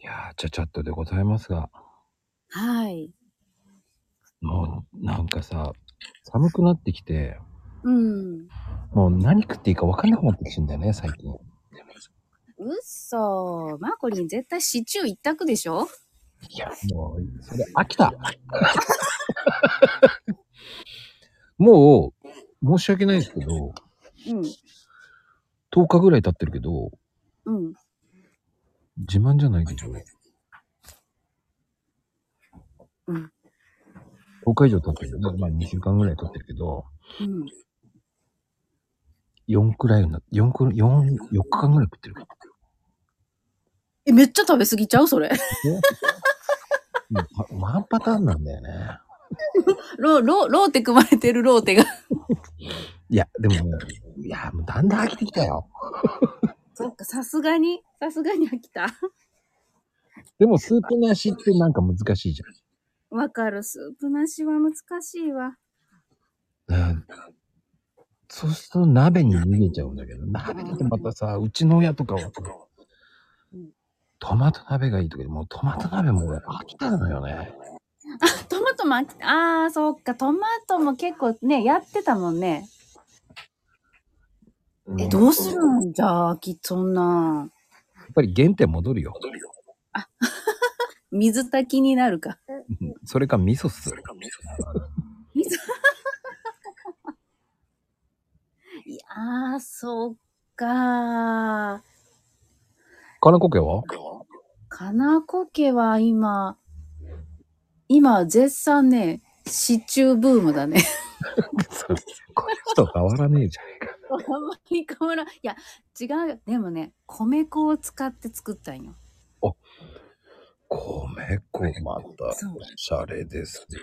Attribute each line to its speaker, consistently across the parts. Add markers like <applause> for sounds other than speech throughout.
Speaker 1: やー、ちゃちゃっとでございますが、
Speaker 2: はい。
Speaker 1: もうなんかさ、寒くなってきて、
Speaker 2: うん。
Speaker 1: もう何食っていいか分かんなくなってきてんだよね、最近。
Speaker 2: うっそー。マーコリン絶対シチュー一択でしょ
Speaker 1: いや、もう、それ飽きた <laughs> もう、申し訳ないですけど、
Speaker 2: うん。
Speaker 1: 10日ぐらい経ってるけど、
Speaker 2: うん。
Speaker 1: 自慢じゃないけど、
Speaker 2: うん。
Speaker 1: 10日以上経ってるけど、まあ2週間ぐらい経ってるけど、
Speaker 2: うん。
Speaker 1: 4くらいな、4く、四4日間ぐらい食ってるから。
Speaker 2: え、めっちゃ食べ過ぎちゃうそれ。 <laughs>
Speaker 1: ねもうパワンパターンなんだよね。
Speaker 2: ロー、ロー、ローテ組まれてるローテが。
Speaker 1: いや、でもね、いや、もうだんだん飽きてきたよ。
Speaker 2: <laughs> そっか、さすがに、さすがに飽きた。
Speaker 1: でも、スープなしってなんか難しいじ
Speaker 2: わかる。スープなしは難しいわ。
Speaker 1: ゃん。うんそうすると鍋に逃げちゃうんだけど、鍋だとまたさ、うちの親とかはさ
Speaker 2: うん、
Speaker 1: トマト鍋がいいとか、もうトマト鍋も俺飽きたのよね。
Speaker 2: トマトも飽きた。あー、そっか。トマトも結構ね、やってたもんね。え、どうするんじゃあ、飽き、そんな。
Speaker 1: やっぱり原点戻るよ。
Speaker 2: 水炊きになるか。
Speaker 1: うんそれか味噌っす。
Speaker 2: いやー、そっかー。
Speaker 1: 金子家は
Speaker 2: かなこ家は今、今絶賛ね、シチューブームだね。
Speaker 1: そうこれと変わらねえじゃねえか。
Speaker 2: <laughs> あんまり変わらん。いや、違うよ。でもね、米粉を使って作ったんよ。
Speaker 1: 米粉また
Speaker 2: そう
Speaker 1: おしゃれですね。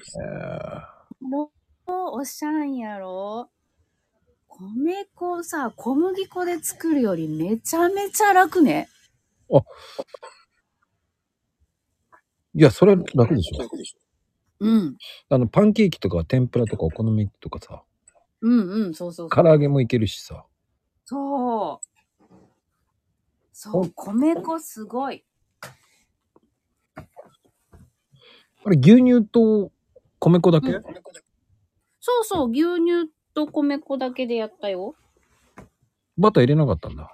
Speaker 2: もうおしゃんやろ米粉さ、小麦粉で作るよりめちゃめちゃ楽ね。
Speaker 1: いや、それ楽でしょ。
Speaker 2: うん。
Speaker 1: あの、パンケーキとか天ぷらとかお好み焼きとかさ、
Speaker 2: うんうん、そうそうそう。
Speaker 1: 唐揚げもいけるしさ。
Speaker 2: そう。そう、米粉すごい。
Speaker 1: あれ、牛乳と米粉だけ、
Speaker 2: うんそうそう、牛乳と米粉だけでやったよ。
Speaker 1: バター入れなかったんだ。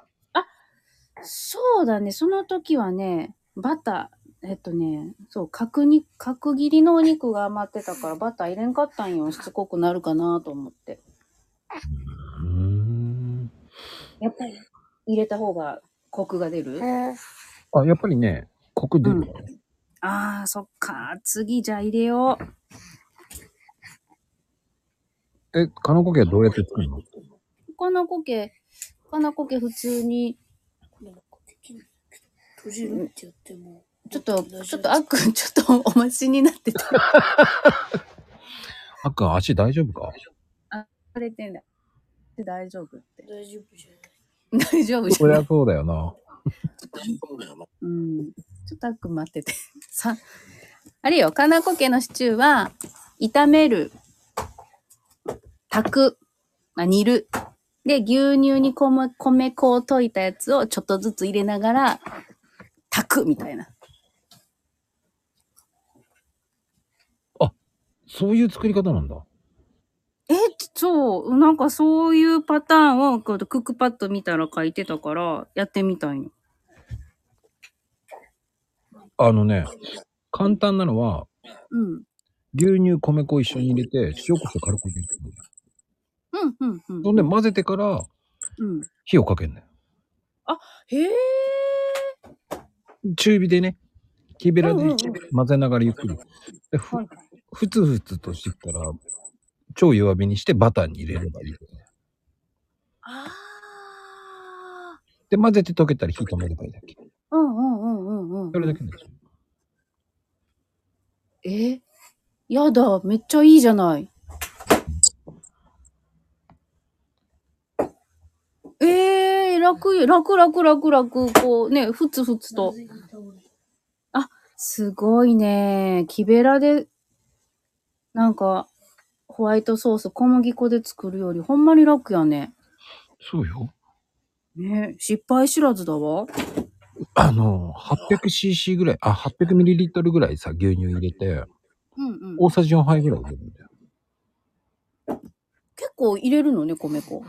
Speaker 2: そうだね、その時はね、バター、えっとね、そう、角に、角切りのお肉が余ってたからバター入れんかったんよ、しつこくなるかなと思って。
Speaker 1: うーん。
Speaker 2: やっぱり入れた方がコクが出る、
Speaker 1: あ、やっぱりね、コク出るよ、
Speaker 2: ああ、そっか、次じゃあ入れよう。
Speaker 1: え、カノコケはどうやって作るの
Speaker 2: 他のコケ、他のコケ普通に、
Speaker 3: なんかできないけど閉じるって言っても
Speaker 2: ちょっと、ちょっとあっくん、ちょっとお待ちになってた。
Speaker 1: あっくん、足大丈夫か
Speaker 2: されてんだ。で大丈夫って。
Speaker 3: 大丈夫じゃない
Speaker 2: 大丈夫じ
Speaker 1: そ
Speaker 2: ゃ
Speaker 1: り
Speaker 2: ない
Speaker 1: ゃそうだよな。
Speaker 2: うんちょっとあっくん待ってて。 <laughs> さ、あれよ、かなこ家のシチューは、炒める、炊く、あ煮る。で、牛乳に米米粉を溶いたやつをちょっとずつ入れながら、炊くみたいな。
Speaker 1: そういう作り方なんだ。
Speaker 2: え、そう、なんかそういうパターンを、こうクックパッド見たら書いてたから、やってみたいの。
Speaker 1: あのね、簡単なのは、
Speaker 2: うん。
Speaker 1: 牛乳、米粉を一緒に入れて、塩コショウ軽く入れてくんだよ
Speaker 2: うん、うん、うん。
Speaker 1: そんで混ぜてから
Speaker 2: うん。
Speaker 1: 火をかけるんだよ。
Speaker 2: へえ。
Speaker 1: 中火でね、木べらで
Speaker 2: うんうんうん
Speaker 1: 混ぜながらゆっくり。でふ
Speaker 2: はい
Speaker 1: ふつふつとしてきたら、超弱火にしてバターに入れればいい。
Speaker 2: ああ。
Speaker 1: で、混ぜて溶けたら火止めればいいだけ。
Speaker 2: うんうんうんうんうん。
Speaker 1: それだけです。
Speaker 2: えやだ、めっちゃいいじゃない。えー、楽よ、楽楽楽楽、こうね、ふつふつと。すごいね。木べらで、なんか、ホワイトソース、小麦粉で作るより、ほんまに楽やね。
Speaker 1: そうよ。
Speaker 2: ね、失敗知らずだわ。
Speaker 1: あの、800cc ぐらい、あ、800ml ぐらいさ、牛乳入れて、
Speaker 2: うんうん。
Speaker 1: 大さじ4杯ぐらい入れるんだよ。
Speaker 2: 結構入れるのね、米粉。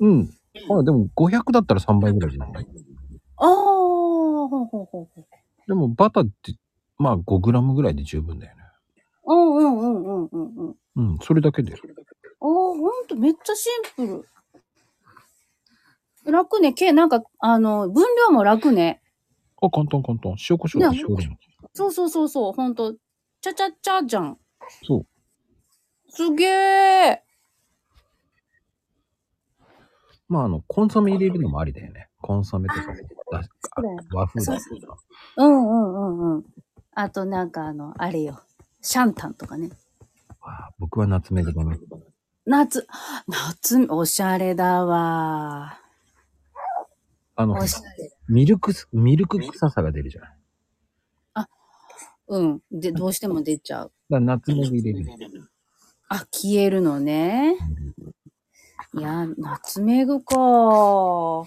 Speaker 1: うん。まあでも500だったら3杯ぐらいじゃない
Speaker 2: ああ、ほうほうほうほう。
Speaker 1: でもバターって、まあ 5g ぐらいで十分だよね。
Speaker 2: うんうんうんうんうんうん。
Speaker 1: うん、それだけで。
Speaker 2: ああ、ほんと、めっちゃシンプル。楽ね、け、なんか、あの、分量も楽ね。
Speaker 1: あ、簡単簡単。塩コショウと塩でも。
Speaker 2: そうそうそうそう、ほんと、ちゃちゃちゃじゃん。
Speaker 1: そう。
Speaker 2: すげえ。
Speaker 1: まああの、コンソメ入れるのもありだよね。コンソメとか、だあ
Speaker 2: そうだよ
Speaker 1: 和風だと
Speaker 2: そう
Speaker 1: か。
Speaker 2: うんうんうんうん。あと、なんかあの、あれよ。シャンタンとかね。
Speaker 1: あ僕は夏目でダメ。
Speaker 2: 夏、夏、おしゃれだわ。
Speaker 1: あの
Speaker 2: お、しゃれ。
Speaker 1: ミルクス、ミルク臭さが出るじゃない。だか
Speaker 2: うん。で、どうしても出ちゃう。
Speaker 1: ら夏目で入れる。
Speaker 2: あ、消えるのね。いや、ナツメグか。思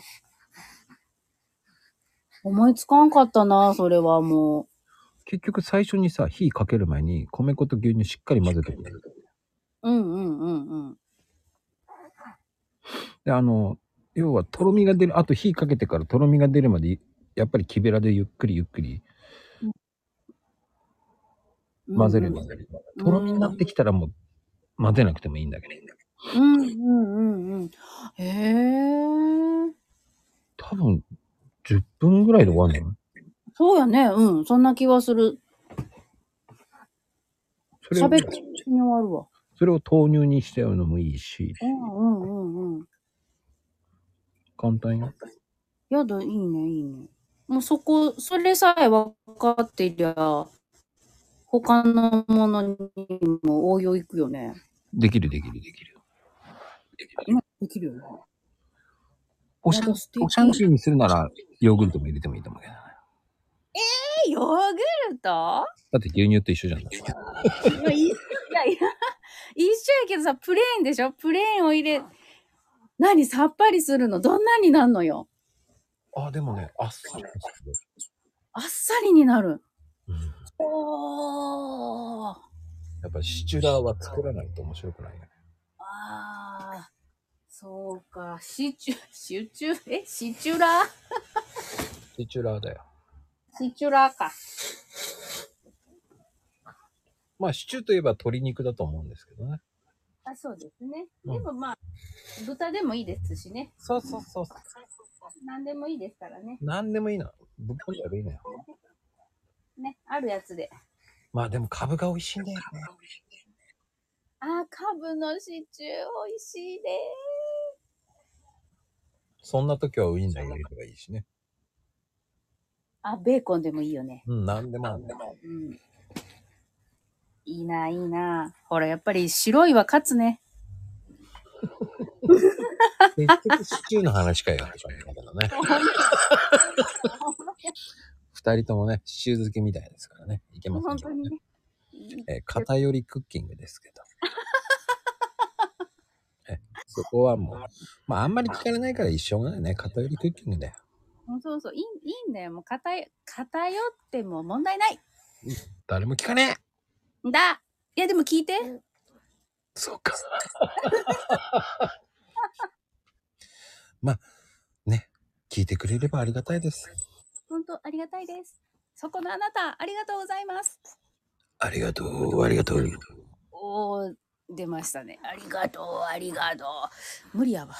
Speaker 2: いつかんかったな、それはも
Speaker 1: 結局最初にさ、火かける前に米粉と牛乳しっかり混ぜてくれる。
Speaker 2: う。うんうんうんうん。
Speaker 1: で、あの、要はとろみが出る、あと火かけてからとろみが出るまで、やっぱり木べらでゆっくりゆっくり混ぜる
Speaker 2: うん
Speaker 1: んだけど、とろみになってきたらもう混ぜなくてもいいんだけど、
Speaker 2: うんうんうんうん。へえ。
Speaker 1: 多分10分ぐらいで終わんのよ
Speaker 2: そうやね。うん。そんな気はする。
Speaker 1: それを
Speaker 2: 喋ってに終わるわ。
Speaker 1: それを豆乳にしちゃうのもいいし、
Speaker 2: うんうんうんうん。
Speaker 1: 簡単よ。
Speaker 2: やだ、いいね、いいね。もうそこ、それさえ分かっていりゃ、他のものにも応用いくよね。
Speaker 1: できるできるできる。
Speaker 2: 今できるよね。
Speaker 1: おしゃ
Speaker 2: なんか素敵
Speaker 1: おしゃんちにするならヨーグルトも入れてもいいと思うけどね。
Speaker 2: え、ヨーグルト <laughs>
Speaker 1: だって牛乳と一緒じゃん。
Speaker 2: いや、い <laughs> いいや、いや、一緒やけどさ、プレーンでしょプレーンを入れ、何さっぱりするのどんなになんのよ
Speaker 1: あ、でもね、あっさり。
Speaker 2: あっさりになる。
Speaker 1: うん
Speaker 2: おー。
Speaker 1: やっぱりシチュラーは作らないと面白くないよね。
Speaker 2: ああ、そうか。シチュ、 <laughs> シチュ、え、シチュラー
Speaker 1: シチュラーだよ。
Speaker 2: シチュラーか。
Speaker 1: まあシチューといえば鶏肉だと思うんですけどね。
Speaker 2: あ、そうですね。
Speaker 1: うん
Speaker 2: でもまあ、豚でもいいですしね。
Speaker 1: そうそうそう。
Speaker 2: 何でもいいですからね。
Speaker 1: なんでもいいな。ぶっこんじゃ悪いのよ。
Speaker 2: ね、あるやつで。
Speaker 1: まあでも株が美味しいんだよね。
Speaker 2: あー、カブのシチュー美味しいね。
Speaker 1: そんな時はウインナー入れればいいしね。
Speaker 2: あ、ベーコンでもいいよね。
Speaker 1: うん、なんでも <laughs> あんね。
Speaker 2: うん。いいな、いいな。ほら、やっぱり白いは勝つね。
Speaker 1: 結局シチューの話かよ。だからね。二人ともね、シチュー漬けみたいですからね。いけません
Speaker 2: 本
Speaker 1: け
Speaker 2: 当
Speaker 1: ど
Speaker 2: に
Speaker 1: ね。
Speaker 2: ね。
Speaker 1: えー偏りクッキングですけど。
Speaker 2: <laughs>
Speaker 1: えそこはもう、まああんまり聞かれないから一緒がないね。偏りクッキングだよ。
Speaker 2: もうそうそう、いいいいんだよ。もう偏偏っても問題ない。
Speaker 1: 誰も聞かねえ
Speaker 2: んだ。いや、でも聞いて。
Speaker 1: そっか。 <laughs> まあ、ね、聞いてくれればありがたいです。
Speaker 2: 本当ありがたいです。そこのあなた、ありがとうございます。
Speaker 1: ありがとう、ありがとう。
Speaker 2: おー、出ましたね。ありがとう、ありがとう。無理やわ。